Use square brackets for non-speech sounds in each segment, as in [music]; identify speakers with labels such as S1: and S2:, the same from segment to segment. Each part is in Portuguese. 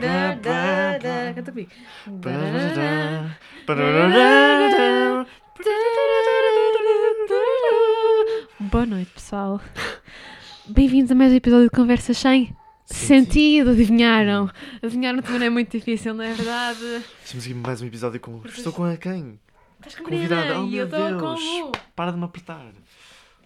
S1: da, da, Canta comigo. Boa noite, pessoal. Bem-vindos a mais um episódio de Conversas Sem Sentido. Adivinharam? Adivinharam também não é muito difícil, não é verdade?
S2: Temos aqui mais um episódio com.
S1: Porque
S2: Estou com a quem?
S1: Estás
S2: Convidada. Oh
S1: e eu
S2: meu
S1: estou
S2: Deus!
S1: como?
S2: Para de me apertar.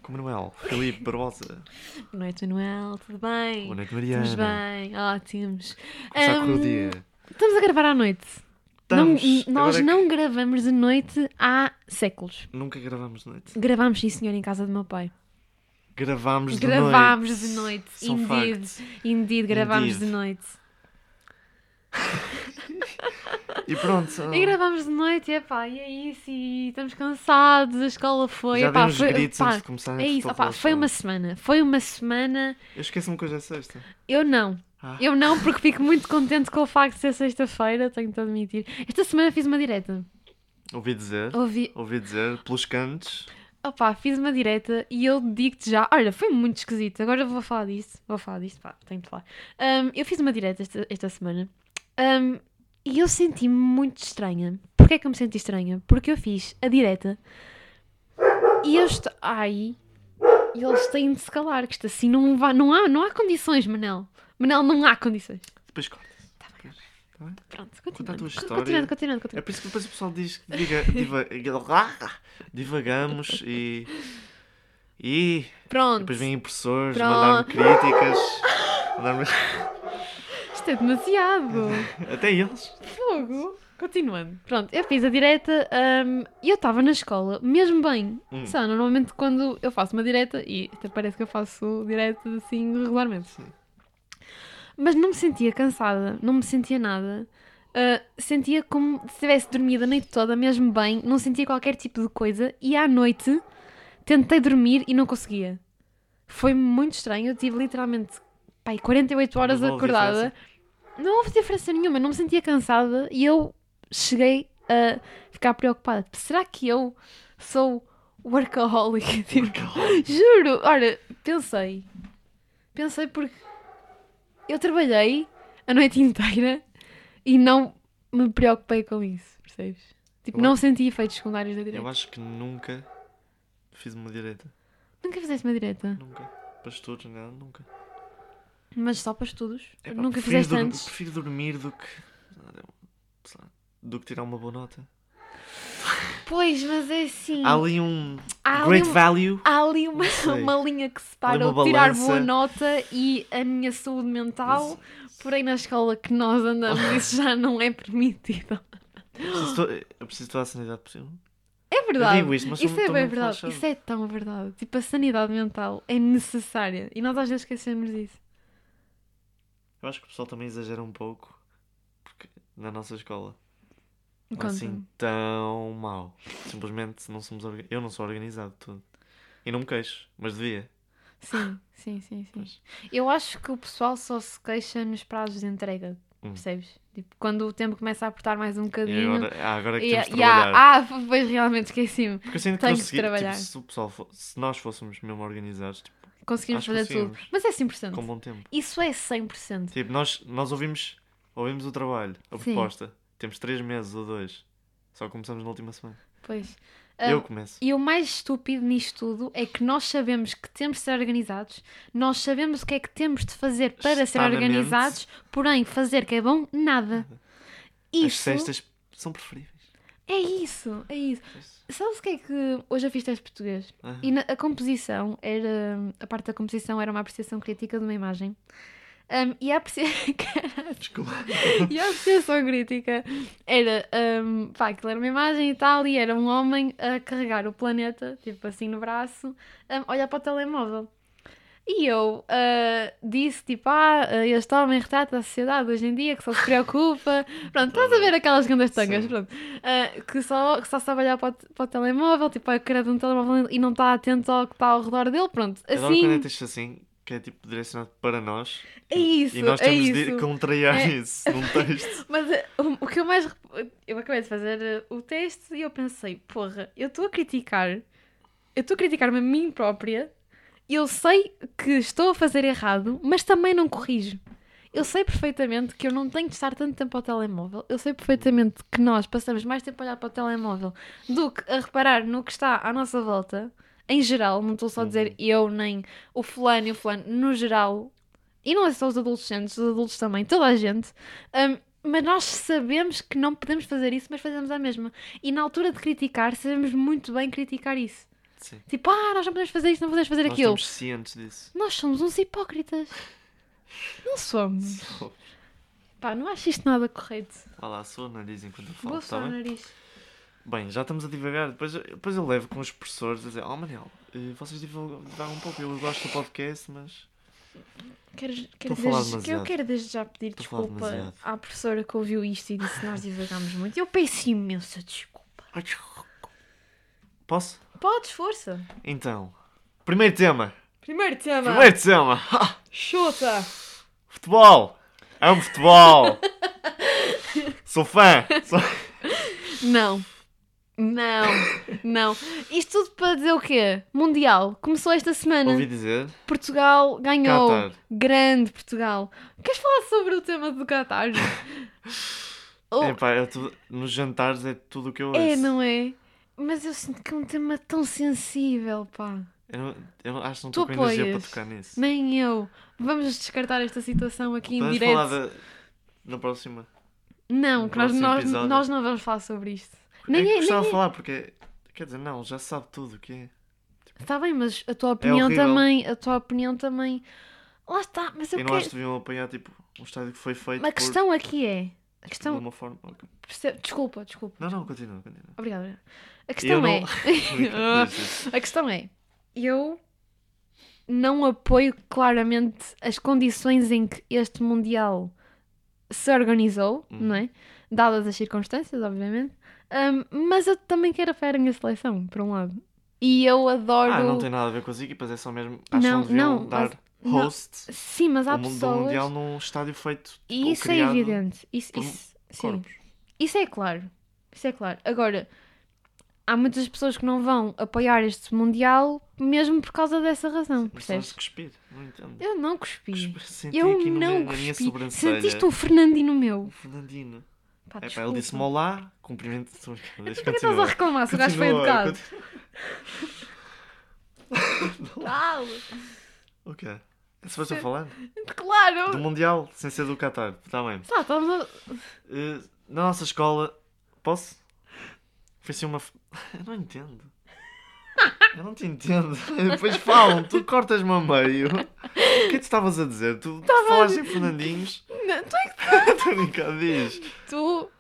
S2: Com Manuel, Felipe Barbosa.
S1: Boa noite, Manuel. Tudo bem?
S2: Boa noite,
S1: Estamos
S2: Mariana.
S1: bem, ótimos.
S2: Começar com
S1: Ahm,
S2: o dia.
S1: Estamos a gravar à noite. Não-
S2: Estamos.
S1: nós
S2: Agora é que
S1: não gravamos de noite há séculos.
S2: Nunca gravámos de noite.
S1: Gravámos, sim, senhor, em casa do meu pai.
S2: Gravámos de noite.
S1: gravámos de noite.
S2: São
S1: indeed.
S2: factos.
S1: Indeed, gravámos
S2: Indeed.
S1: de noite.
S2: E pronto.
S1: E gravámos de noite, e epá, e é isso, e estamos cansados, a escola foi.
S2: Já
S1: epá,
S2: demos
S1: foi,
S2: gritos
S1: epá,
S2: antes de começar.
S1: é isso, epá, foi uma semana. Foi uma semana.
S2: Eu esqueço-me que hoje é sexta.
S1: Eu não.
S2: Ah.
S1: Eu não, porque fico muito contente com o facto de ser sexta-feira, tenho de admitir. Esta semana fiz uma direta.
S2: Ouvi dizer.
S1: Ouvi,
S2: Ouvi dizer. Pelos cantos.
S1: Opá, fiz uma direta e eu digo-te já. Olha, foi muito esquisito. Agora vou falar disso. Vou falar disso, pá, tenho de falar. Ahm, eu fiz uma direta esta, esta semana ahm, e eu senti-me muito estranha. Porquê é que eu me senti estranha? Porque eu fiz a direta e eu estou. Ai, eles têm de se calar, que isto assim não, vá, não, há, não há condições, Manel. Manel, não há condições.
S2: Depois corta.
S1: Pronto,
S2: Conta a
S1: continuando.
S2: tua
S1: Con-
S2: história.
S1: Continuando, continuando,
S2: É
S1: continuando.
S2: por isso que depois o pessoal diz que diga, diva- [laughs] divagamos e. E
S1: Pronto,
S2: É, depois vêm impressores,
S1: Pronto.
S2: mandar-me críticas. mandar-me- [laughs]
S1: isto é demasiado.
S2: Até eles.
S1: Fogo! Continuando. Pronto, eu fiz a direta hum, e eu estava na escola, mesmo bem.
S2: Hum.
S1: Sabe, normalmente quando eu faço uma direta, e até parece que eu faço direta assim regularmente.
S2: Sim.
S1: Mas não me sentia cansada, não me sentia nada. Ah, sentia como se tivesse dormido a noite toda, mesmo bem, não sentia qualquer tipo de coisa e à noite tentei dormir e não conseguia. Foi muito estranho, eu tive literalmente pai, 48 horas
S2: Não houve
S1: acordada.
S2: diferença?
S1: Não houve diferença nenhuma, não me sentia cansada e eu cheguei a ficar preocupada. Será que eu sou workaholic? [laughs] Tipo, Juro, olha, pensei. Pensei porque eu trabalhei a noite inteira e não me preocupei com isso, percebes? Tipo,
S2: Eu
S1: não
S2: acho-
S1: senti efeitos secundários da
S2: Eu
S1: direita.
S2: acho que nunca fiz uma direita.
S1: Nunca fizeste uma direita,
S2: Nunca. Para estudos, não, nunca.
S1: mas só para estudos.
S2: Epá,
S1: Nunca
S2: É prefiro
S1: fizeste
S2: dur-
S1: antes.
S2: Prefiro dormir do que. sei lá, do que tirar uma boa nota.
S1: Pois, mas é assim.
S2: Há ali um
S1: Há ali
S2: great
S1: um-
S2: value.
S1: Há ali uma,
S2: Não sei.
S1: uma linha que
S2: Ali
S1: separa
S2: uma
S1: o tirar
S2: balança.
S1: boa nota e a minha saúde mental, porém na escola que nós
S2: [laughs]
S1: andamos isso já não é permitido.
S2: Eu preciso, to- eu preciso de toda a sanidade possível.
S1: É verdade.
S2: digo isto, mas
S1: isso
S2: sou-
S1: é
S2: estou
S1: bem
S2: mesmo
S1: verdade.
S2: relaxado.
S1: Isso é tão verdade. Tipo, a sanidade mental é necessária e nós às vezes esquecemos disso.
S2: Ah, Eu acho que o pessoal também exagera um pouco porque na nossa escola não é
S1: Conta-me.
S2: assim tão mal. Simplesmente não somos orga- eu não sou organizado tudo. E não me queixo, mas devia.
S1: Sim, sim, sim, sim.
S2: Pois.
S1: Eu acho que o pessoal só se queixa nos prazos de entrega,
S2: Hum.
S1: percebes? Tipo, quando o tempo começa a apertar mais um
S2: E
S1: bocadinho.
S2: agora, ah, agora é que
S1: e-
S2: temos de
S1: e há-
S2: trabalhar.
S1: ah, pois realmente esqueci-me.
S2: Porque eu sinto que
S1: tenho que
S2: consegui- tipo,
S1: trabalhar.
S2: se, o pessoal fo- se nós fôssemos mesmo organizados, tipo,
S1: Conseguimos
S2: Acho que
S1: fazer tudo.
S2: conseguimos.
S1: Mas é 100%.
S2: com bom tempo.
S1: Isso é 100%.
S2: Tipo, nós, nós ouvimos, ouvimos o trabalho, a
S1: Sim.
S2: proposta. Temos três meses ou dois. Só começamos na última semana.
S1: Pois.
S2: eu
S1: Ah,
S2: começo.
S1: E o mais estúpido nisto tudo é que nós sabemos que temos de ser organizados, nós sabemos o que é que temos de fazer para ser
S2: Está na
S1: organizados, porém fazer que é bom, nada.
S2: As
S1: Isso
S2: sextas são preferíveis.
S1: é isso, é isso. Sabes o que é que hoje eu fiz teste de português?
S2: Ah,
S1: E na- a composição era. A parte da composição era uma apreciação crítica de uma imagem. Ahm, e, a apreci... [laughs]
S2: [laughs] Desculpa.
S1: e a apreciação crítica era. ahm, pá, aquilo era uma imagem e tal, e era um homem a carregar o planeta, tipo assim no braço, ahm, a olhar para o telemóvel. E eu ah, disse, tipo, ah, este homem retrata a sociedade hoje em dia, que só se
S2: [laughs]
S1: preocupa. Pronto, estás a ver aquelas grandes tangas,
S2: Sim.
S1: pronto. Ah, que, só, que só sabe olhar para o, te- para o telemóvel, tipo, a cara de um telemóvel e não está atento ao que está ao redor dele, pronto.
S2: Adoro quando é
S1: Assim,
S2: texto assim, que é tipo direcionado para nós.
S1: é isso,
S2: e nós
S1: é
S2: temos de
S1: isso.
S2: contrariar
S1: É.
S2: isso num
S1: [laughs]
S2: texto.
S1: Mas eh, o, o que eu mais. rep- Eu acabei de fazer eh, o texto e eu pensei, porra, eu estou a criticar. Eu estou a criticar-me a mim própria. Eu sei que estou a fazer errado, mas também não corrijo. Eu Eu sei perfeitamente que eu não tenho de estar tanto tempo ao telemóvel. Eu sei perfeitamente que nós passamos mais tempo a olhar para o telemóvel do que a reparar no que está à nossa volta. Em geral, não estou só a dizer
S2: Uhum.
S1: eu, nem o fulano e o fulano. No geral, e não é só os adolescentes, os adultos também, toda a gente. hum, mas nós sabemos que não podemos fazer isso, mas fazemos a mesma. E na altura de criticar, sabemos muito bem criticar isso.
S2: Sim.
S1: Tipo, ah, nós não podemos fazer isto, não podemos fazer
S2: Nós
S1: aquilo.
S2: estamos cientes disso.
S1: Nós somos uns hipócritas. Não somos. Pá, não acho isto nada correto.
S2: Vá lá, sou o nariz enquanto eu falo,
S1: Vou
S2: está
S1: só o
S2: bem?
S1: nariz.
S2: Bem, já estamos a divagar. Depois, depois eu levo com os professores a dizer: Oh, Manel, eh, vocês divulgam divagam um pouco. Eu gosto do podcast, mas.
S1: Quero,
S2: Estou
S1: quero
S2: a falar
S1: desde- que eu
S2: demasiado.
S1: quero desde já pedir
S2: Estou a falar
S1: desculpa
S2: demasiado.
S1: à professora que ouviu isto e disse que nós divagámos muito. Eu peço imensa desculpa.
S2: Ai, desculpa. Posso?
S1: Podes, força.
S2: Então, primeiro tema.
S1: Primeiro tema.
S2: Primeiro tema. [laughs] Ha!
S1: Chuta.
S2: Futebol. Amo
S1: [laughs]
S2: futebol. Sou fã. Sou-
S1: Não. Não. [laughs] Não. Isto tudo para dizer o quê? Mundial. Começou esta semana.
S2: Ouvi dizer.
S1: Portugal ganhou.
S2: Qatar.
S1: Grande Portugal. Queres falar sobre o tema do
S2: [laughs]
S1: Qatar?
S2: É,
S1: Oh,
S2: Epá, eu tu- nos jantares é tudo o que eu ouço.
S1: é, não é? Mas eu sinto que é um tema tão sensível, pá.
S2: Eu, não- eu não- acho que não
S1: Tu
S2: estou com energia para
S1: apoias?
S2: tocar nisso.
S1: Nem eu. Vamos descartar esta situação aqui em
S2: Podemos
S1: direto.
S2: falar da- na próxima.
S1: Não,
S2: no
S1: que nós,
S2: próximo
S1: nós,
S2: episódio.
S1: nós não vamos falar sobre isto.
S2: Nem, é
S1: Nem
S2: que
S1: é,
S2: gostava
S1: nem
S2: de falar porque. Quer dizer, não, já sabe tudo o que é.
S1: é. Tá bem, mas a tua opinião
S2: horrível.
S1: também, a tua opinião também. Lá está, mas eu
S2: E não
S1: quero...
S2: acho que deviam apanhar tipo um estádio que foi feito
S1: Então A
S2: por-
S1: questão aqui é... A
S2: de
S1: questão...
S2: uma forma. ok.
S1: perce- Desculpa, desculpa.
S2: Não, não, continua,
S1: [laughs]
S2: continua.
S1: Obrigada. A questão
S2: não- [laughs]
S1: é... [laughs] A questão é, eu não apoio claramente as condições em que este Mundial se organizou,
S2: Hum.
S1: não é? Dadas as circunstâncias, obviamente. Ahm, mas eu também quero apoiar a minha seleção, por um lado. E eu adoro.
S2: Ah, não tem nada a ver com as equipas, é só mesmo. Acho
S1: Não,
S2: que não deviam
S1: não,
S2: dar
S1: mas-
S2: host
S1: Sim, mas há
S2: ao mundo do
S1: pessoas.
S2: Mundial num estádio feito.
S1: E
S2: ou
S1: isso é
S2: criado
S1: evidente. Isso,
S2: por um
S1: isso, sim.
S2: corpos.
S1: Isso é claro. Isso é claro. Agora, há muitas pessoas que não vão apoiar este Mundial mesmo por causa dessa razão,
S2: Mas estás
S1: percebes?
S2: a cuspir, não entendo.
S1: Eu não cuspi.
S2: Cuspi- Senti
S1: Eu
S2: aqui no
S1: não
S2: meu- na minha
S1: cuspi.
S2: sobrancelha.
S1: Sentiste um Fernandino
S2: O
S1: meu.
S2: Fernandino.
S1: Pá,
S2: É, pá, ele
S1: Ah, desculpa.
S2: disse-me olá, cumprimento. Estou a brincar, deixa
S1: Por que estás a
S2: continuar.
S1: reclamar se o gajo foi
S2: Continua,
S1: educado?
S2: continua.
S1: Claro,
S2: O quê? É suposto eu falar? Do
S1: claro.
S2: Mundial, sem ser do Qatar, está bem.
S1: Tá, estamos a-
S2: Eh, na nossa escola, posso? Foi assim uma. f- [laughs] Eu não entendo. Eu não te entendo. [laughs] Depois falam, tu cortas-me a meio. O que é que tu estavas a dizer? Tu, tu falaste em Fernandinhos? [laughs]
S1: Não, tu, é que-
S2: Estou a brincar, diz.
S1: tu...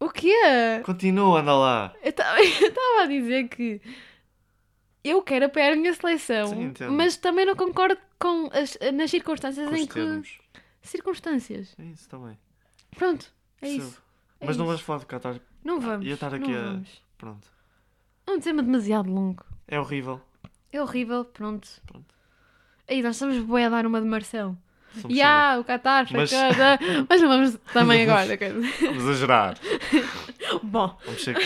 S1: O quê?
S2: Continua, anda lá.
S1: [laughs] Eu estava a dizer que eu quero apoiar a minha seleção,
S2: Sim, entendo.
S1: mas também não concordo com as, nas circunstâncias
S2: Com os
S1: em que...
S2: termos.
S1: Circunstâncias.
S2: É isso também.
S1: Pronto, é
S2: Percebo.
S1: isso. é
S2: Mas não
S1: isso.
S2: vamos falar do Qatar.
S1: Não vamos.
S2: ia estar aqui
S1: não
S2: a-
S1: vamos.
S2: Pronto.
S1: É um tema demasiado longo.
S2: É horrível.
S1: É horrível, pronto.
S2: Pronto.
S1: Aí nós estamos bem a dar uma de Marcelo.
S2: Somos
S1: Ya, o Qatar foi
S2: Mas-
S1: mas...
S2: [laughs]
S1: Mas não vamos também agora. quer dizer.
S2: sempre- Vamos a gerar.
S1: Bom, [laughs]
S2: Vamos ser.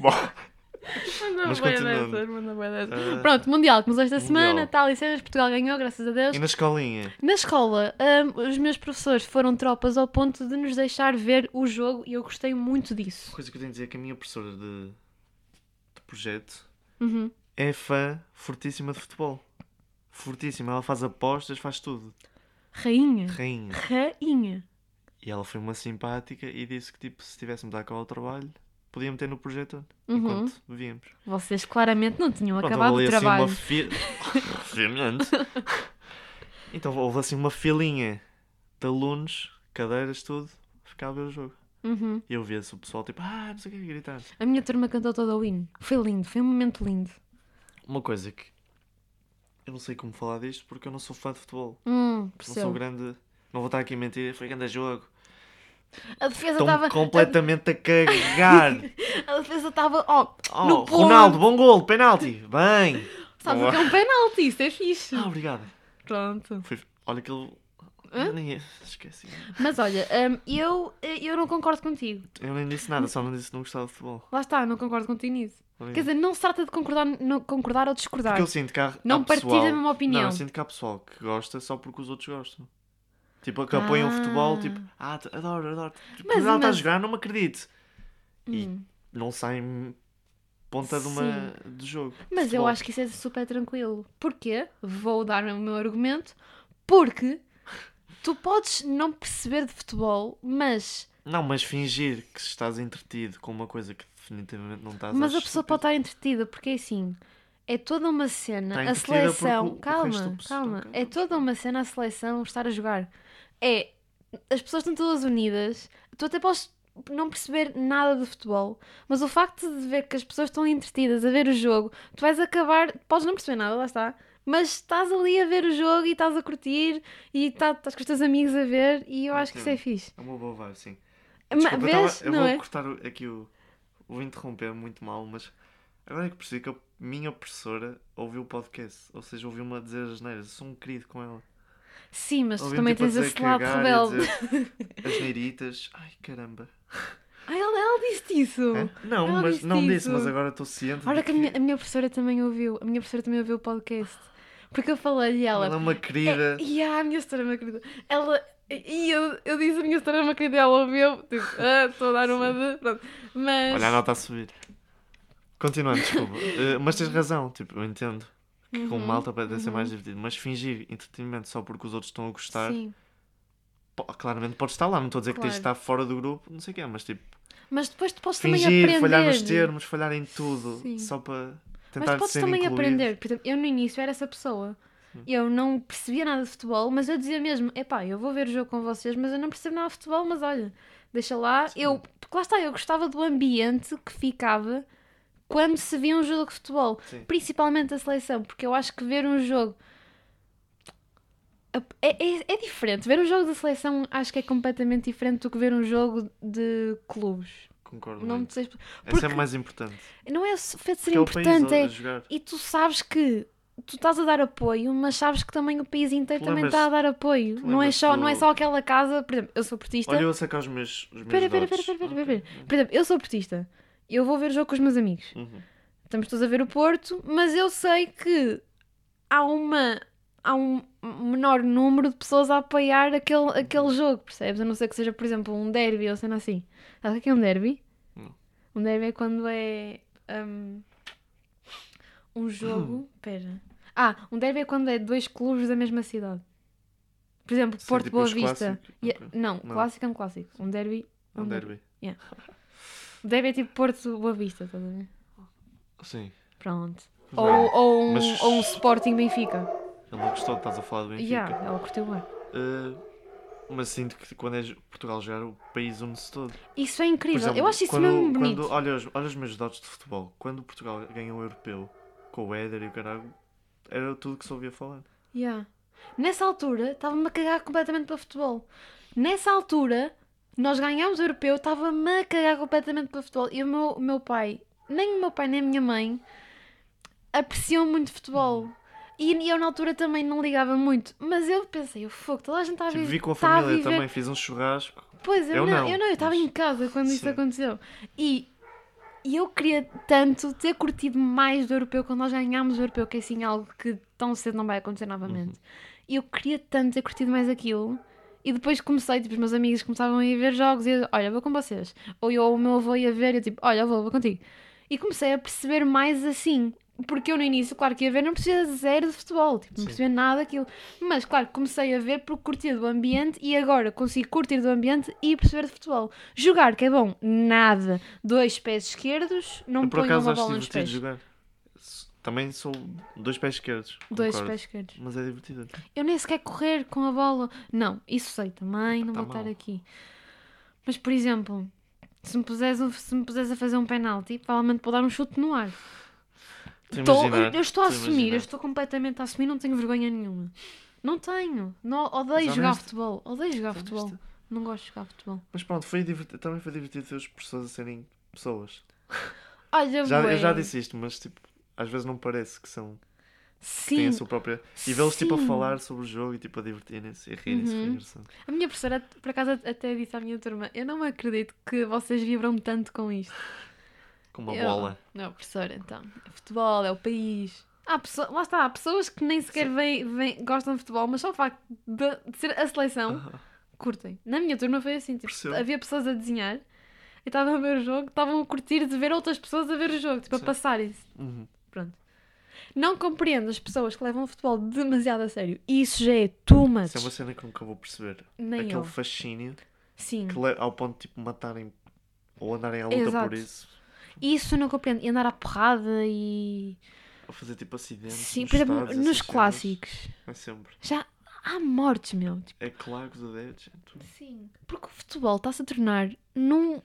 S2: Bom,
S1: manda
S2: Mas
S1: boa
S2: continuando.
S1: é dessas, manda boa dessas.
S2: Ah.
S1: Pronto, Mundial, começou esta
S2: Mundial.
S1: semana, tal e cenas, Portugal ganhou, graças a Deus.
S2: e na escolinha?
S1: Na escola, ahm, os meus professores foram tropas ao ponto de nos deixar ver o jogo e eu gostei muito
S2: Uma
S1: disso.
S2: coisa que eu tenho a dizer é que a minha professora de, de projeto
S1: Uhum.
S2: é fã fortíssima de futebol. Fortíssima. Ela faz apostas, faz tudo.
S1: Rainha.
S2: Rainha.
S1: Rainha.
S2: E ela foi uma simpática e disse que, tipo, se tivéssemos a acabar o trabalho, podia meter no projetor
S1: Uhum.
S2: enquanto víamos.
S1: Vocês claramente não tinham
S2: Pronto,
S1: acabado
S2: houve
S1: o
S2: ali, assim,
S1: trabalho.
S2: uma fi- [laughs]
S1: [laughs]
S2: Obviamente. então houve assim uma filinha de alunos, cadeiras, tudo, ficar a ver o jogo.
S1: Uhum.
S2: E eu via-se o pessoal, tipo, ah, não sei o que, gritar.
S1: A minha turma cantou toda o hino. Foi lindo, foi um momento lindo.
S2: Uma coisa que eu não sei como falar disto porque eu não sou fã de futebol.
S1: Hum,
S2: Não sou
S1: percebo.
S2: grande. Não vou estar aqui a mentir, foi grande jogo.
S1: A defesa
S2: Estão
S1: estava.
S2: completamente a cagar.
S1: A defesa estava. ó
S2: Oh,
S1: [laughs] No ponto.
S2: Ronaldo, bom golo, penalti. Bem.
S1: Sabes
S2: Boa.
S1: o que é um penalti, isso é fixe.
S2: Ah, obrigado.
S1: Pronto.
S2: Foi... Olha aquilo.
S1: Hã?
S2: Eu nem esqueci.
S1: Mas olha, hum, eu, eu não concordo contigo.
S2: Eu nem disse nada, só não disse que não gostava de futebol.
S1: Lá está, não concordo contigo nisso.
S2: Obrigado.
S1: Quer dizer, não se trata de concordar, não concordar ou discordar.
S2: Porque eu sinto que há, assim,
S1: Não
S2: há
S1: partilho
S2: pessoal...
S1: a mesma opinião.
S2: Não, eu sinto que há pessoal que gosta só porque os outros gostam. Tipo, que apoiam o futebol,
S1: Ah.
S2: tipo, ah, te- adoro, adoro. Tipo,
S1: Mas-
S2: Portugal está a
S1: mas-
S2: jogar, não me acredito. E-
S1: Hum.
S2: Não saem ponta de uma, do jogo.
S1: Mas eu
S2: Futebol.
S1: acho que isso é super tranquilo. Porquê? Vou dar o meu argumento. Porque tu podes não perceber de futebol, mas,
S2: Não, mas fingir que estás entretido com uma coisa que definitivamente não estás
S1: mas a
S2: acho
S1: pessoa
S2: estúpido.
S1: pode tá- estar entretida, porque é assim. É toda uma cena,
S2: Está
S1: a
S2: entretida porque é
S1: seleção.
S2: o- o resto
S1: calma,
S2: do pessoal-
S1: calma.
S2: calma,
S1: É toda uma cena a seleção estar a jogar. É. As pessoas estão todas unidas. Tu até podes não perceber nada de futebol, mas o facto de ver que as pessoas estão entretidas a ver o jogo, tu vais acabar. Podes não perceber nada, lá está. Mas estás ali a ver o jogo e estás a curtir e tá- estás com os teus amigos a ver e eu acho que isso é fixe.
S2: É uma boa vibe, sim.
S1: Mas
S2: Desculpa, eu tava-
S1: vês,
S2: eu
S1: não
S2: vou
S1: é?
S2: cortar o- aqui o. Vou interromper muito mal, mas agora é que percebi que a minha professora ouviu o podcast. Ou seja, ouviu-me a dizer as neiras. Eu sou um querido com ela.
S1: Sim, mas tu também
S2: Ouvi-me, tipo, a
S1: tens
S2: dizer
S1: esse lado
S2: cagar e a
S1: rebelde. [laughs]
S2: dizer As neiritas. Ai, caramba.
S1: Ai, ela, ela disse isso.
S2: Hã? Não,
S1: Ela
S2: mas
S1: disse
S2: não disse,
S1: isso.
S2: mas agora estou ciente.
S1: Olha
S2: de
S1: que a minha, a minha professora também ouviu. A minha professora também ouviu o podcast. Porque eu falei e
S2: ela é
S1: ela.
S2: uma querida.
S1: E a minha senhora, minha querida. Ela. E eu, eu disse a minha senhora, minha querida, ela ouviu. Tipo, ah, estou a dar uma de. Pronto. Mas.
S2: Olha, a nota a subir. Continuando,
S1: [laughs]
S2: desculpa. Eh, mas tens razão, tipo, eu entendo. Que um com
S1: Uhum,
S2: malta pode ser
S1: uhum.
S2: mais divertido. Mas fingir entretenimento só porque os outros estão a gostar,
S1: Sim.
S2: po- claramente pode estar lá. Não estou a dizer que tens de
S1: Claro.
S2: estar fora do grupo, não sei o quê, mas tipo,
S1: Mas depois tu podes também
S2: fingir,
S1: aprender.
S2: falhar nos termos, falhar em tudo,
S1: Sim.
S2: só para
S1: Mas
S2: tentar
S1: podes
S2: ser
S1: também
S2: incluído. Hum.
S1: aprender. Por exemplo, eu no início era essa pessoa. Eu não percebia nada de futebol, mas eu dizia mesmo: epá, eu vou ver o jogo com vocês, mas eu não percebo nada de futebol, mas olha, deixa lá. Eu, porque lá está, eu gostava do ambiente que ficava quando se via um jogo de futebol,
S2: Sim.
S1: principalmente a seleção, porque eu acho que ver um jogo. É, é- é diferente. Ver um jogo da seleção acho que é completamente diferente do que ver um jogo de clubes.
S2: Concordo.
S1: Não
S2: muito.
S1: sei.
S2: É
S1: Porque
S2: sempre mais importante.
S1: não é o facto de ser
S2: Porque é o país
S1: importante,
S2: a-
S1: é
S2: a jogar.
S1: e tu sabes que tu estás a dar apoio, mas sabes que também o país inteiro
S2: Tu
S1: também
S2: lembras-
S1: está a dar apoio.
S2: tu
S1: Não é,
S2: lembras
S1: só, não é
S2: do-
S1: só aquela casa. Por exemplo, eu sou portista.
S2: Olha, eu a sacar os meus. os meus
S1: Espera, espera, espera,
S2: dados.
S1: espera, espera,
S2: Ok.
S1: espera. Por exemplo, eu sou portista. Eu vou ver o jogo com os meus amigos.
S2: Uhum.
S1: Estamos todos a ver o Porto, mas eu sei que há uma. Há um menor número de pessoas a apoiar aquele, aquele jogo, percebes? A não ser que seja, por exemplo, um derby ou sendo assim. Sabe o que é um derby?
S2: Não.
S1: Um derby é quando é. hum, um
S2: Hum.
S1: jogo. Pera. Ah, um derby é quando é dois clubes da mesma cidade. Por exemplo,
S2: Sim,
S1: Porto
S2: tipo
S1: Boa
S2: os
S1: Vista.
S2: clássicos.
S1: E-
S2: Ok.
S1: Não,
S2: Não.
S1: clássico é um clássico. Um derby. é
S2: Um derby.
S1: O derby é tipo Porto Boa Vista, estás a ver?
S2: Sim.
S1: Pronto. Ou, ou, um,
S2: Mas-
S1: ou um Sporting Benfica.
S2: Ele não gostou de estás a falar do Benfica.
S1: Yeah, ela curtiu bem.
S2: Uh, mas sinto que quando é jo- Portugal jogar, o país une-se todo. Por
S1: Isso é incrível.
S2: exemplo,
S1: eu acho isso
S2: quando-
S1: mesmo
S2: quando-
S1: bonito.
S2: olha, os, olha os meus dados de futebol. Quando Portugal ganhou o europeu, com o Éder e o caralho, era tudo que se ouvia falar.
S1: Tá Yeah. Nessa altura, estava-me a cagar completamente para futebol. Nessa altura, nós ganhámos o europeu, estava-me a cagar completamente para futebol. E o meu, o meu pai, nem o meu pai nem a minha mãe, apreciam muito futebol. E e eu na altura também não ligava muito. Mas eu pensei, eu fogo, toda a gente está a,
S2: Tipo,
S1: vi
S2: vi com a
S1: está a
S2: família
S1: viver
S2: também, fiz um churrasco.
S1: Pois, eu,
S2: Eu
S1: não,
S2: não,
S1: eu não, eu estava
S2: mas-
S1: em casa quando isso
S2: Sim.
S1: aconteceu. E, e eu queria tanto ter curtido mais do europeu quando nós ganhámos o europeu, que é assim algo que tão cedo não vai acontecer novamente.
S2: Uhum.
S1: E eu queria tanto ter curtido mais aquilo. E depois comecei, tipo, os meus amigos começavam a ir ver jogos e eu, olha, vou com vocês. Ou eu, ou o meu avô ia ver, e eu tipo, olha, eu vou, vou contigo. E comecei a perceber mais assim. Porque eu no início, claro que ia ver, não percebia zero de futebol, tipo, não
S2: Sim.
S1: percebia nada daquilo. Mas claro, comecei a ver porque curtia do ambiente e agora consigo curtir do ambiente e perceber de futebol. Jogar, que é bom, nada. Dois pés esquerdos, não
S2: Eu, por
S1: ponho
S2: acaso
S1: uma
S2: acho
S1: bola nos
S2: divertido
S1: pés.
S2: jogar. S- Também sou dois pés esquerdos.
S1: Dois
S2: concordo.
S1: pés esquerdos.
S2: Mas é divertido.
S1: Eu nem sequer correr com a bola. Não, isso sei também, não
S2: tá
S1: vou estar
S2: mal.
S1: aqui. Mas por exemplo, se me puseres, um- se me puseres a fazer um penalti, provavelmente vou dar um chute no ar.
S2: Estou
S1: Tô-
S2: a imaginar,
S1: eu estou a
S2: tô
S1: assumir, eu
S2: imaginar.
S1: estou completamente a assumir, não tenho vergonha nenhuma. Não tenho. Não, odeio
S2: Mas
S1: jogar
S2: honesta.
S1: futebol. Odeio jogar
S2: Honesta.
S1: futebol. Não gosto de jogar futebol.
S2: Mas pronto, foi divertido. também foi divertido ter as pessoas a serem pessoas.
S1: Olha,
S2: Já, eu já
S1: bué.
S2: disse isto, mas tipo, às vezes não parece que são. Têm
S1: Sim.
S2: a sua própria. E vê-los tipo
S1: Sim.
S2: a falar sobre o jogo e tipo a divertirem-se e a rirem-se. foi
S1: Uhum.
S2: engraçado.
S1: A minha professora, por acaso, até disse à minha turma: Eu não acredito que vocês vibram tanto com isto.
S2: Com uma
S1: Eu-
S2: bola.
S1: Não, professora, então. É futebol, é o país. Há pessoa- lá está, há pessoas que nem sequer veem- veem- gostam de futebol, mas só o facto de, de ser a seleção
S2: Aham.
S1: curtem. Na minha turma foi assim, tipo,
S2: Ah. Percebo.
S1: havia pessoas a desenhar e estavam a ver o jogo, estavam a curtir de ver outras pessoas a ver o jogo, tipo,
S2: Sim.
S1: a passarem-se.
S2: [laughs] Uhum.
S1: Pronto. Não compreendo as pessoas que levam o futebol demasiado a sério. Isso já é too much.
S2: Isso é uma cena que nunca vou perceber.
S1: Nem
S2: Aquele
S1: eu.
S2: fascínio
S1: Sim.
S2: que le- ao ponto de tipo, matarem ou andarem à luta
S1: Exato.
S2: por isso.
S1: Isso eu não compreendo. E andar à porrada e.
S2: Ou fazer tipo acidentes.
S1: Sim,
S2: nos
S1: por exemplo,
S2: estádios, essas
S1: nos
S2: cenas.
S1: clássicos.
S2: É sempre.
S1: Já há mortes, meu. Tipo,
S2: É claro que o dedo, gente.
S1: Sim. Porque o futebol está-se a tornar num.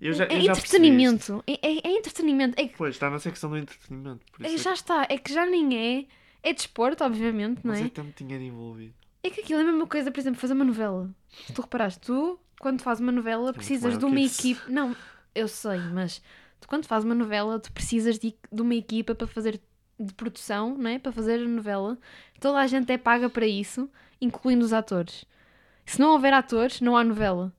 S2: Eu já,
S1: é
S2: eu já percebi isto.
S1: entretenimento. É, é- é entretenimento. É que
S2: Pois, está na secção do entretenimento. Por
S1: é,
S2: isso
S1: já está. É que já nem é. É desporto, obviamente, não
S2: Mas
S1: é?
S2: é tanto dinheiro envolvido.
S1: É que aquilo é a mesma coisa, por exemplo, fazer uma novela. Se tu reparaste, tu, quando fazes uma novela, precisas
S2: maior
S1: de
S2: que
S1: uma
S2: isso.
S1: equipe. Não, eu sei, mas tu, quando fazes uma novela, tu precisas de, de uma equipa para fazer de produção, não é? Para fazer a novela. Toda a gente é paga para isso, incluindo os atores. Se não houver atores, não há novela.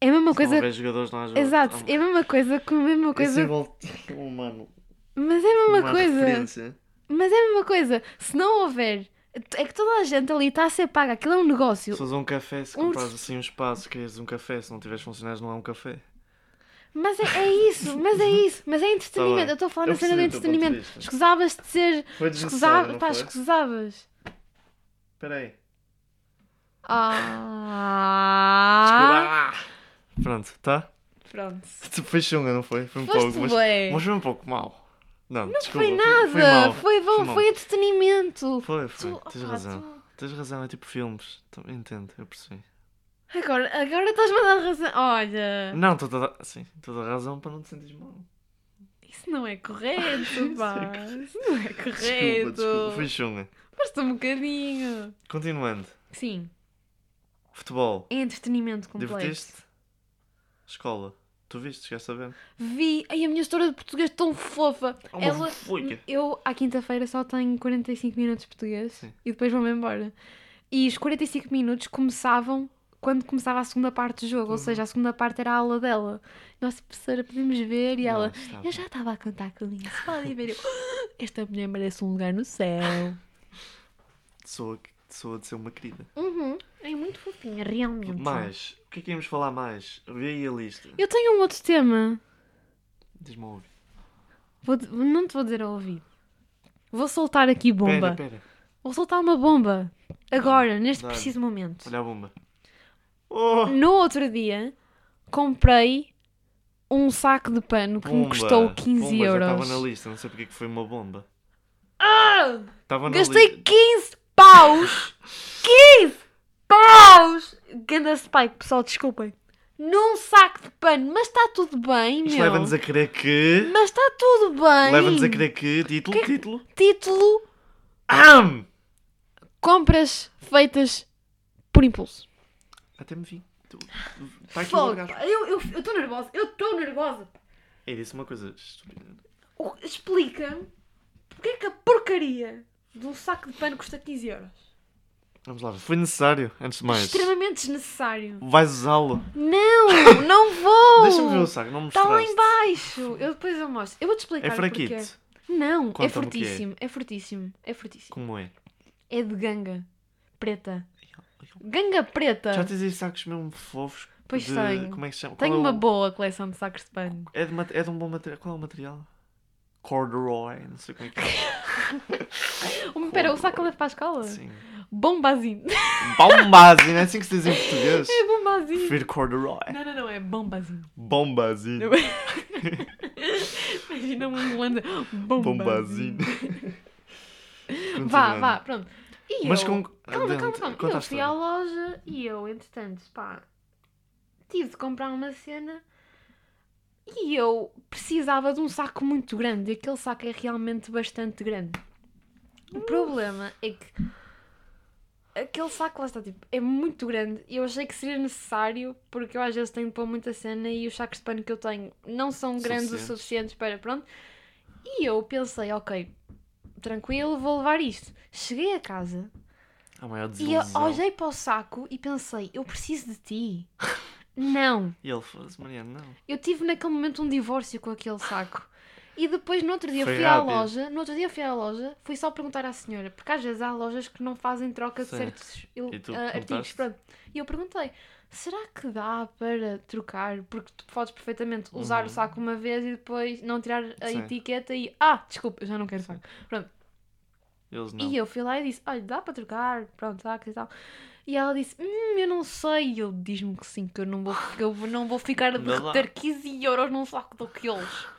S1: É a mesma
S2: Se não
S1: coisa.
S2: houver jogadores, não há Então, jogadores.
S1: Exato,
S2: Há-
S1: é a mesma coisa que a mesma
S2: Isso
S1: coisa.
S2: envolve um humano.
S1: Mas é a mesma
S2: uma
S1: coisa.
S2: referência.
S1: Mas é a mesma coisa. Se não houver. É que toda a gente ali está a ser paga. Aquilo é um negócio.
S2: Se usas um café, se
S1: Um-
S2: compras assim um espaço, queres um café, se não tiveres funcionários, não há um café.
S1: Mas é, é isso, mas é isso, mas é entretenimento.
S2: Tá bem.
S1: eu estou a falar
S2: Eu
S1: na cena do
S2: percebi o teu ponto de
S1: entretenimento.
S2: vista.
S1: Escusavas de ser.
S2: Foi desnecessário,
S1: Escusavas,
S2: não
S1: pá,
S2: foi?
S1: escusavas.
S2: Espera aí.
S1: Ah,
S2: Desculpa. Pronto, tá? [laughs]
S1: pronto.
S2: Foi chunga, não foi? Foi um
S1: Foste
S2: pouco, mas,
S1: bem.
S2: mas foi um pouco mal. Não,
S1: Não
S2: desculpa.
S1: foi
S2: Foi,
S1: nada,
S2: mal.
S1: foi, um bom,
S2: mal.
S1: foi entretenimento.
S2: Foi, foi.
S1: Tu-
S2: Tens
S1: opá,
S2: razão.
S1: tu-
S2: Tens razão, é tipo filmes. Então, Entendo, eu percebi.
S1: Agora, agora estás-me a dar razão. Olha,
S2: Não, estou toda... Sim, toda a razão para não te sentires mal.
S1: isso não é correto,
S2: [laughs] Isso
S1: pá.
S2: é correto.
S1: Isso não é
S2: [laughs] Desculpa, desculpa. Foi
S1: correto.
S2: chunga.
S1: Basta um bocadinho.
S2: Continuando.
S1: Sim,
S2: Futebol.
S1: é entretenimento completo.
S2: Divertiste? Escola. Tu viste, queres saber?
S1: Vi, ai, a minha história de português tão fofa.
S2: Oh, mas
S1: Ela,
S2: foi.
S1: eu, à quinta-feira, só tenho 45 minutos de português
S2: Sim.
S1: e depois vou-me embora. E os 45 minutos começavam quando começava a segunda parte do jogo,
S2: Uhum.
S1: ou seja, a segunda parte era a aula dela. Nossa, professora, podemos ver? E ela,
S2: Não, está
S1: eu
S2: bem.
S1: já estava a cantar com isso, podem
S2: [laughs]
S1: ver. Eu, Esta mulher merece um lugar no céu.
S2: Soa, soa de ser uma querida.
S1: Uhum, é muito fofinha, realmente.
S2: Mais, o que é que íamos falar mais? Vê aí a lista.
S1: Eu tenho um outro tema.
S2: Diz-me a ouvir.
S1: Vou- não te vou dizer ao ouvido. Vou soltar aqui bomba.
S2: Pera, pera.
S1: Vou soltar uma bomba. Agora, neste
S2: Dá-lhe.
S1: preciso momento.
S2: Olha a bomba. Oh!
S1: No outro dia, comprei um saco de pano que me
S2: Bomba.
S1: custou 15
S2: Bomba,
S1: euros.
S2: Já estava na lista, não sei porque é que foi uma bomba.
S1: Ah!
S2: Estava na
S1: Gastei
S2: lista.
S1: 15 paus! 15 paus! Ganda Spike, pessoal, desculpem. Num saco de pano, mas está tudo bem,
S2: Isto
S1: meu.
S2: leva-nos a crer que.
S1: Mas está tudo bem.
S2: Leva-nos a crer que. Título,
S1: Que-
S2: título.
S1: Título:
S2: Am!
S1: Compras feitas por impulso.
S2: Até me vi. Está Tá aqui um o
S1: Fogo,
S2: lugar.
S1: pá. Eu estou nervosa, eu estou nervosa.
S2: Ei, disse É uma coisa estúpida.
S1: O- Explica-me porque é que a porcaria de um saco de pano custa 15 euros.
S2: Vamos lá, foi necessário, antes de mais.
S1: Extremamente desnecessário.
S2: Vais usá-lo. [coughs]
S1: Não, não vou!
S2: Deixa-me ver o saco, não me
S1: Está Oh, tá lá
S2: mostraste.
S1: em baixo. Eu depois eu mostro. Eu vou-te explicar
S2: É fraquito.
S1: porquê. Não, é
S2: Conta-me o que é.
S1: fortíssimo, é fortíssimo, é fortíssimo.
S2: Como é?
S1: É de ganga preta. Ganga preta!
S2: Já tens aí sacos mesmo fofos.
S1: Ah. Pois
S2: de...
S1: tenho.
S2: Como é que se chama?
S1: Tenho
S2: Qual é
S1: uma
S2: o-
S1: boa coleção de sacos de pano.
S2: É de, mate- é de um bom material. Qual é o material? Corduroy, não sei como é que é.
S1: Oh, Espera, o saco leva para a escola?
S2: Sim.
S1: [laughs] Bombazinho.
S2: Bombazinho, assim. é assim que se diz
S1: [laughs]
S2: em português.
S1: É bombazinho.
S2: Prefiro corduroy.
S1: Não, não, não, é bombazinho.
S2: Bombazinho.
S1: [laughs] é? Imagina um angolano.
S2: Bombazinho.
S1: Vá,
S2: [laughs] Continuando.
S1: vá, pronto. E
S2: Mas
S1: eu...
S2: com.
S1: Calma, calma,
S2: adiante,
S1: calma.
S2: conta a
S1: Eu fui
S2: história.
S1: à loja e eu, entretanto, pá, tive de comprar uma cena e eu precisava de um saco muito grande. E aquele saco é realmente bastante grande. O problema é que aquele saco lá está, tipo, é muito grande e eu achei que seria necessário porque eu às vezes tenho de pôr muita cena e os sacos de pano que eu tenho não são grandes o
S2: Suficientes.
S1: suficiente para pronto. E eu pensei, ok, tranquilo, vou levar isto. Cheguei a casa
S2: A Ah, maior
S1: e eu oh,
S2: desilusão.
S1: olhei para o saco e pensei, eu preciso de
S2: [laughs]
S1: ti. não,
S2: E ele falou Mariana, não.
S1: eu tive naquele momento um divórcio com aquele saco. E depois, no outro dia,
S2: Foi
S1: fui
S2: rápido.
S1: à loja. No outro dia, fui à loja. Fui só perguntar à senhora. Porque às vezes há lojas que não fazem troca de
S2: Sim.
S1: certos eu-
S2: E tu
S1: ah, artigos.
S2: perguntaste?
S1: Pronto. E eu perguntei: será que dá para trocar? Porque tu podes perfeitamente usar
S2: Uhum.
S1: o saco uma vez e depois não tirar a
S2: Sim.
S1: etiqueta e. Ah, desculpa, eu já não quero saco.
S2: Eles não.
S1: E eu fui lá e disse: olha, dá para trocar? Pronto, sacos e tal. E ela disse: hum, eu não sei. E eu diz-me que sim, que eu não vou, que eu não vou ficar a
S2: Não dá.
S1: derreter 15 euros num saco do que eles.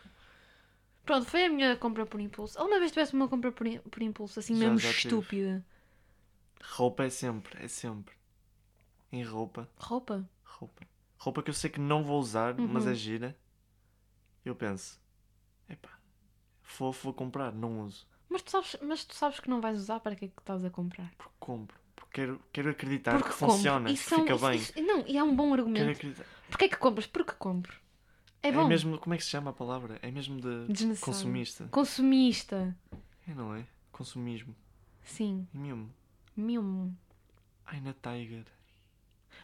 S1: Pronto, foi a minha compra por impulso. Alguma vez tivesse uma compra por, im- por impulso, assim
S2: Já,
S1: mesmo
S2: já tive.
S1: estúpida.
S2: Roupa é sempre, é sempre. Em roupa,
S1: Roupa?
S2: roupa. Roupa que eu sei que não vou usar, mas
S1: Uhum.
S2: é gira. Eu penso, epá, vou, vou comprar, não uso.
S1: Mas tu, sabes, mas tu sabes que não vais usar para que é que estás a comprar.
S2: Porque compro. Porque quero, quero acreditar que
S1: compro.
S2: Tá, funciona, que
S1: Isso é um-
S2: fica
S1: isso-
S2: bem.
S1: isso- não, e é um bom
S2: Quero
S1: argumento.
S2: acreditar.
S1: Porquê é que compras? Porque compro. É
S2: É,
S1: bom.
S2: mesmo, como é que se chama a palavra? É mesmo de
S1: Desnecessário.
S2: consumista.
S1: Consumista.
S2: É, não é? Consumismo.
S1: Sim,
S2: É mesmo.
S1: mesmo.
S2: Ai, na Tiger.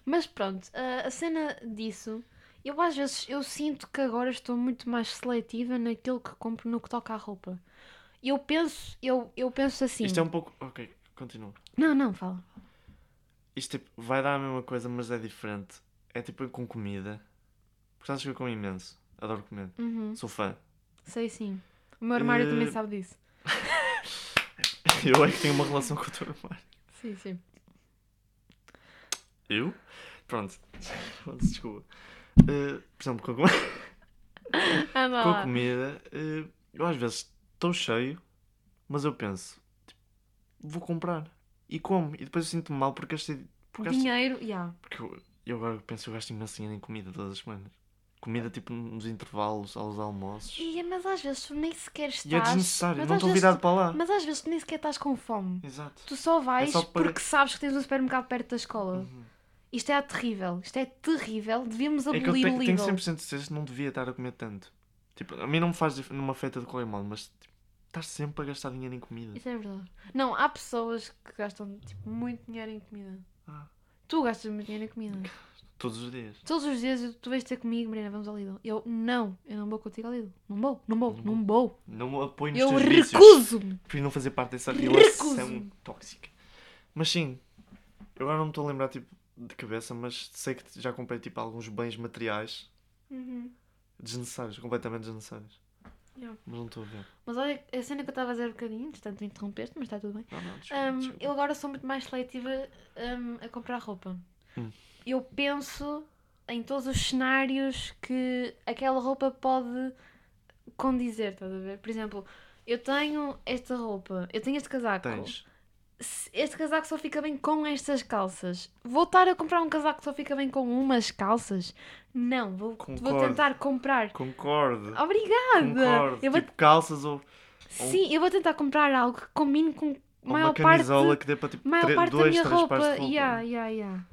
S1: Mas pronto, a, a cena disso, eu às vezes eu sinto que agora estou muito mais seletiva naquilo que compro no que toca à roupa. Eu penso, eu, eu penso assim.
S2: Isto é um pouco. Ok, continua.
S1: Não, não, fala.
S2: Isto tipo, vai dar a mesma coisa, mas é diferente. É tipo com comida. Porque sabes que eu como imenso. Adoro comer.
S1: Uhum,
S2: Sou fã. [laughs]
S1: sei sim. O meu armário
S2: Eh,
S1: também sabe disso.
S2: Eu é que tenho uma relação com o teu armário.
S1: Sim, sim.
S2: Eu? Pronto. [laughs] Pronto, desculpa. Eh, por exemplo, com a,
S1: Ah.
S2: com
S1: Anda
S2: a
S1: lá.
S2: comida, eh, eu às vezes estou cheio, mas eu penso, tipo, vou comprar. E como. E depois eu sinto-me mal porque gastei. Porque, gastei-
S1: Dinheiro, já.
S2: porque eu, eu agora penso, eu gasto imenso dinheiro em comida todas as semanas. Comida tipo nos intervalos, aos almoços. E,
S1: E Mas às vezes tu nem sequer estás.
S2: é desnecessário.
S1: mas
S2: Não
S1: às
S2: estou
S1: vezes
S2: virado para lá.
S1: tu- Mas às vezes tu nem sequer estás com fome.
S2: Exato.
S1: Tu só vais
S2: só para-
S1: porque sabes que tens um supermercado perto da escola.
S2: Uhum.
S1: Isto é terrível. Isto é terrível. Devíamos
S2: É que eu
S1: abolir
S2: tenho,
S1: o
S2: tenho
S1: Lidl.
S2: 100% de certeza que não devia estar a comer tanto. Tipo, a mim não me faz dif- numa feita de corrimão, mas tipo, estás sempre a gastar dinheiro em comida.
S1: Isso é verdade. Não, há pessoas que gastam tipo, muito dinheiro em comida.
S2: Ah.
S1: Tu gastas muito dinheiro em comida.
S2: Todos os dias.
S1: Todos os dias eu- tu vais ter comigo, Marina, vamos ao Lidl. Eu, não, eu não vou contigo ao Lidl. Não vou, não vou,
S2: Não
S1: não vou.
S2: Não apoio nos
S1: Eu
S2: teus vícios.
S1: recuso-me.
S2: Prefiro não fazer parte dessa
S1: Recuso.
S2: relação tóxica. Mas sim, eu agora não me estou a lembrar tipo, de cabeça, mas sei que já comprei tipo, alguns bens materiais desnecessários, completamente desnecessários.
S1: Yeah.
S2: Mas não estou a ver.
S1: Mas olha, a cena que eu estava a dizer um bocadinho, portanto interrompeste, mas está tudo bem.
S2: Não, não, desculpa,
S1: Hum,
S2: desculpa.
S1: eu agora sou muito mais seletiva hum, a comprar roupa.
S2: Hum.
S1: Eu penso em todos os cenários que aquela roupa pode condizer, estás a ver? Por exemplo, eu tenho esta roupa, eu tenho este casaco.
S2: Tens.
S1: Se- Este casaco só fica bem com estas calças. Vou estar a comprar um casaco que só fica bem com umas calças? Não, vou, vou
S2: Concordo.
S1: tentar comprar.
S2: Concordo.
S1: Obrigada!
S2: Concordo.
S1: Eu vou-
S2: Tipo calças ou,
S1: Sim, eu vou tentar comprar algo que combine com
S2: ou
S1: maior
S2: uma
S1: parte
S2: camisola que dê para tipo
S1: maior
S2: tre-
S1: parte
S2: dois,
S1: da minha
S2: três
S1: roupa.
S2: pares de roupa.
S1: Yeah, yeah, yeah.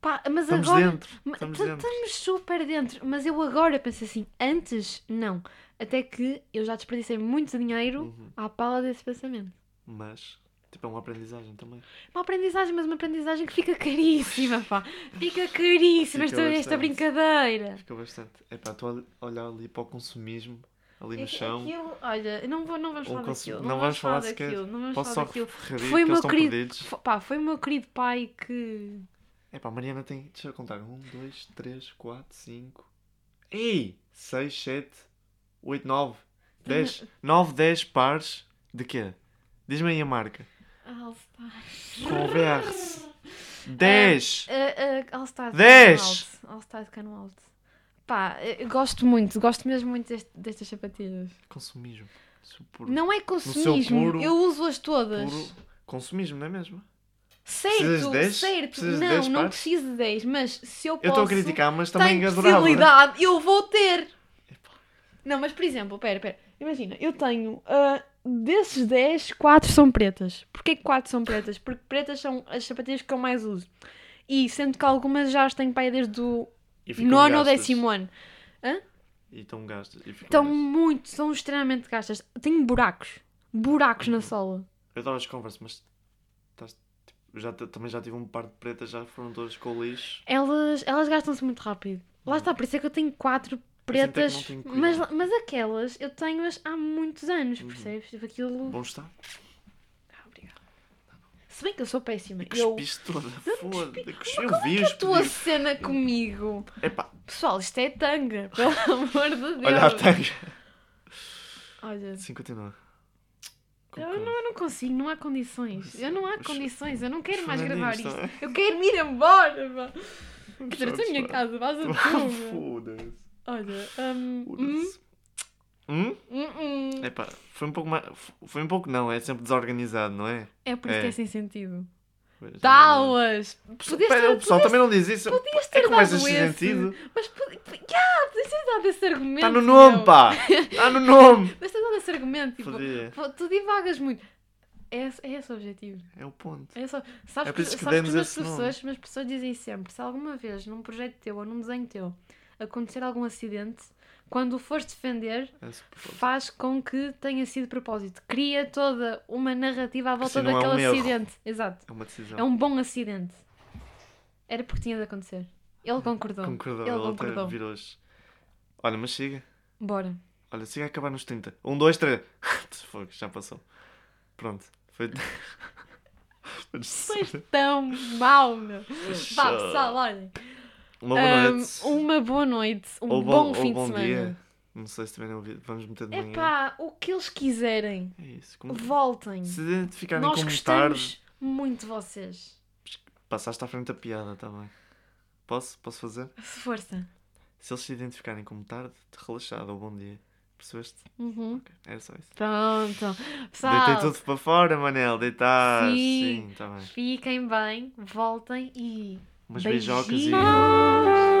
S1: Pá, mas
S2: Estamos
S1: agora.
S2: dentro.
S1: ma- tá
S2: estamos
S1: ta-
S2: dentro.
S1: estamos super dentro. Mas eu agora penso assim, antes não. Até que eu já desperdicei muito dinheiro
S2: Uhum.
S1: à pala desse pensamento.
S2: Mas, tipo, é uma aprendizagem também.
S1: Uma aprendizagem, mas uma aprendizagem que fica caríssima, pá. Fica caríssima
S2: Fica
S1: esta, esta
S2: bastante.
S1: brincadeira.
S2: Fica bastante. Epá, estou a olhar ali para o consumismo, ali
S1: É
S2: no
S1: que
S2: chão.
S1: aquilo- olha, não, vou, não vamos
S2: Um
S1: falar
S2: consu-
S1: daquilo.
S2: não vamos falar sequer.
S1: daquilo. Não vamos falar
S2: Posso só
S1: daquilo.
S2: referir que
S1: Foi o
S2: eles
S1: meu
S2: estão
S1: querido-
S2: perdidos.
S1: Fo- Pá, foi o meu querido pai que.
S2: Epá, a Mariana tem. Deixa eu contar. 1, 2, 3, 4, 5. Ei! 6, 7, 8, 9, 10. 9, 10 pares de quê? Diz-me aí a marca.
S1: Ah,
S2: Converse. 10!
S1: All-Stars.
S2: Dez!
S1: All-Stars Cano Alto. Pá, eu- eu gosto muito, gosto mesmo muito deste- destas sapatilhas.
S2: Consumismo. Isso puro-
S1: Não é consumismo,
S2: puro-
S1: eu uso-as todas.
S2: puro consumismo, não é mesmo? Precisas
S1: Certo,
S2: de dez?
S1: certo.
S2: Precisas de
S1: não,
S2: dez
S1: não
S2: pares?
S1: preciso de 10, mas se eu posso.
S2: Eu estou a criticar, mas também
S1: tenho
S2: adorava. é?
S1: possibilidade, eu vou ter.
S2: Epá.
S1: Não, mas por exemplo, pera, pera. Imagina, eu tenho. ah, desses 10, 4 são pretas. Porquê que 4 são pretas? Porque pretas são as sapatilhas que eu mais uso. E sendo que algumas já as tenho para aí desde o
S2: E ficam
S1: nono ou
S2: gastas.
S1: décimo ano.
S2: E estão gastas. E um ficam
S1: Estão
S2: gastas.
S1: muito, são extremamente gastas. Tenho buracos. Buracos na sola.
S2: Eu estava as conversas, mas estás, tipo, já, t- também já tive um par de pretas, já foram todas com o lixo.
S1: Elas, elas gastam-se muito rápido. Lá está, por isso é que eu tenho 4
S2: não
S1: pretas,
S2: tenho cuidado.
S1: mas, mas aquelas eu tenho-as há muitos anos,
S2: Uhum.
S1: percebes? Tipo, aquilo.
S2: Bom está.
S1: Ah, obrigada. Se bem que eu sou péssima.
S2: E
S1: eu.
S2: cuspiste toda.
S1: [laughs] Eu é
S2: Foda-se. cuspi-
S1: Mas
S2: Eu vi
S1: A tua
S2: os
S1: cena comigo.
S2: Epá,
S1: Pessoal, isto é tanga, [laughs] pelo amor de Deus.
S2: olha a tanga.
S1: Olha,
S2: Sim, continua.
S1: eu não, eu não consigo, não há condições. Eu não há
S2: Os-
S1: condições, eu não quero mais
S2: Fernandinho,
S1: gravar
S2: está
S1: isto.
S2: bem?
S1: Eu quero me ir embora, pá. Quer dizer, eu
S2: Sabes,
S1: estou na minha
S2: pá.
S1: casa, vais a
S2: Ah,
S1: tua.
S2: [laughs] Foda-se.
S1: Olha, hum, hum,
S2: Foda-se. Hum?
S1: hum, hum.
S2: Epá, foi um pouco mais. Foi um pouco, não, é sempre desorganizado, não é?
S1: É por isso que é
S2: É.
S1: sem sentido.
S2: Mas-
S1: Taulas! Podias
S2: Pera, o
S1: ter,
S2: pessoal
S1: podias,
S2: também não diz isso.
S1: podias
S2: É
S1: ter dado
S2: conversas
S1: esse.
S2: sem sentido.
S1: Mas podi- Ya, podias ter dado esse argumento.
S2: Está no nome,
S1: meu.
S2: pá! Está no nome!
S1: Podias ter dado esse argumento. [laughs] Tipo,
S2: Podia.
S1: pô, tu divagas muito. É, esse- é esse o objetivo.
S2: É o ponto.
S1: É só, sabes
S2: É por
S1: que,
S2: isso que
S1: sabes que
S2: demos
S1: os meus
S2: esse nome.
S1: professores, meus professores dizem sempre: se alguma vez num projeto teu ou num desenho teu acontecer algum acidente, quando o fores defender,
S2: É esse o propósito.
S1: faz com que tenha sido de propósito. Cria toda uma narrativa à volta
S2: Assim não é
S1: daquele
S2: um erro.
S1: acidente. Exato.
S2: É uma decisão.
S1: É um bom acidente. Era porque tinha de acontecer. Ele concordou.
S2: Concordou,
S1: Ele
S2: ele até
S1: concordou.
S2: virou hoje. Olha, mas siga. [laughs]
S1: Bora.
S2: Olha, siga a acabar nos 30. Um, dois, três. [laughs] Fogo, já passou. Pronto. Foi. [laughs]
S1: Sois tão mau, meu. Vá, pessoal, olhem.
S2: Uma boa
S1: Ahm,
S2: noite.
S1: uma boa noite. Um
S2: Ou
S1: bom,
S2: ou
S1: fim de semana.
S2: Dia. Não sei se tiverem ouvido. Vamos meter de manhã.
S1: Epá, o que eles quiserem.
S2: É isso. Como...
S1: Voltem.
S2: Se identificarem
S1: Nós
S2: como
S1: gostamos
S2: tarde,
S1: muito de vocês.
S2: passaste à frente da piada, tá bem? Posso? Posso fazer?
S1: Força.
S2: Se eles se identificarem como tarde, relaxado ou bom dia. Percebeste?
S1: Uhum.
S2: Ok, Era só isso.
S1: Pronto.
S2: Deitei
S1: Pessoal,
S2: tudo para fora, Manel. Deitar.
S1: Sim.
S2: Sim, tá bem.
S1: fiquem bem, voltem e.
S2: Umas beijocas e.
S1: beijinhos.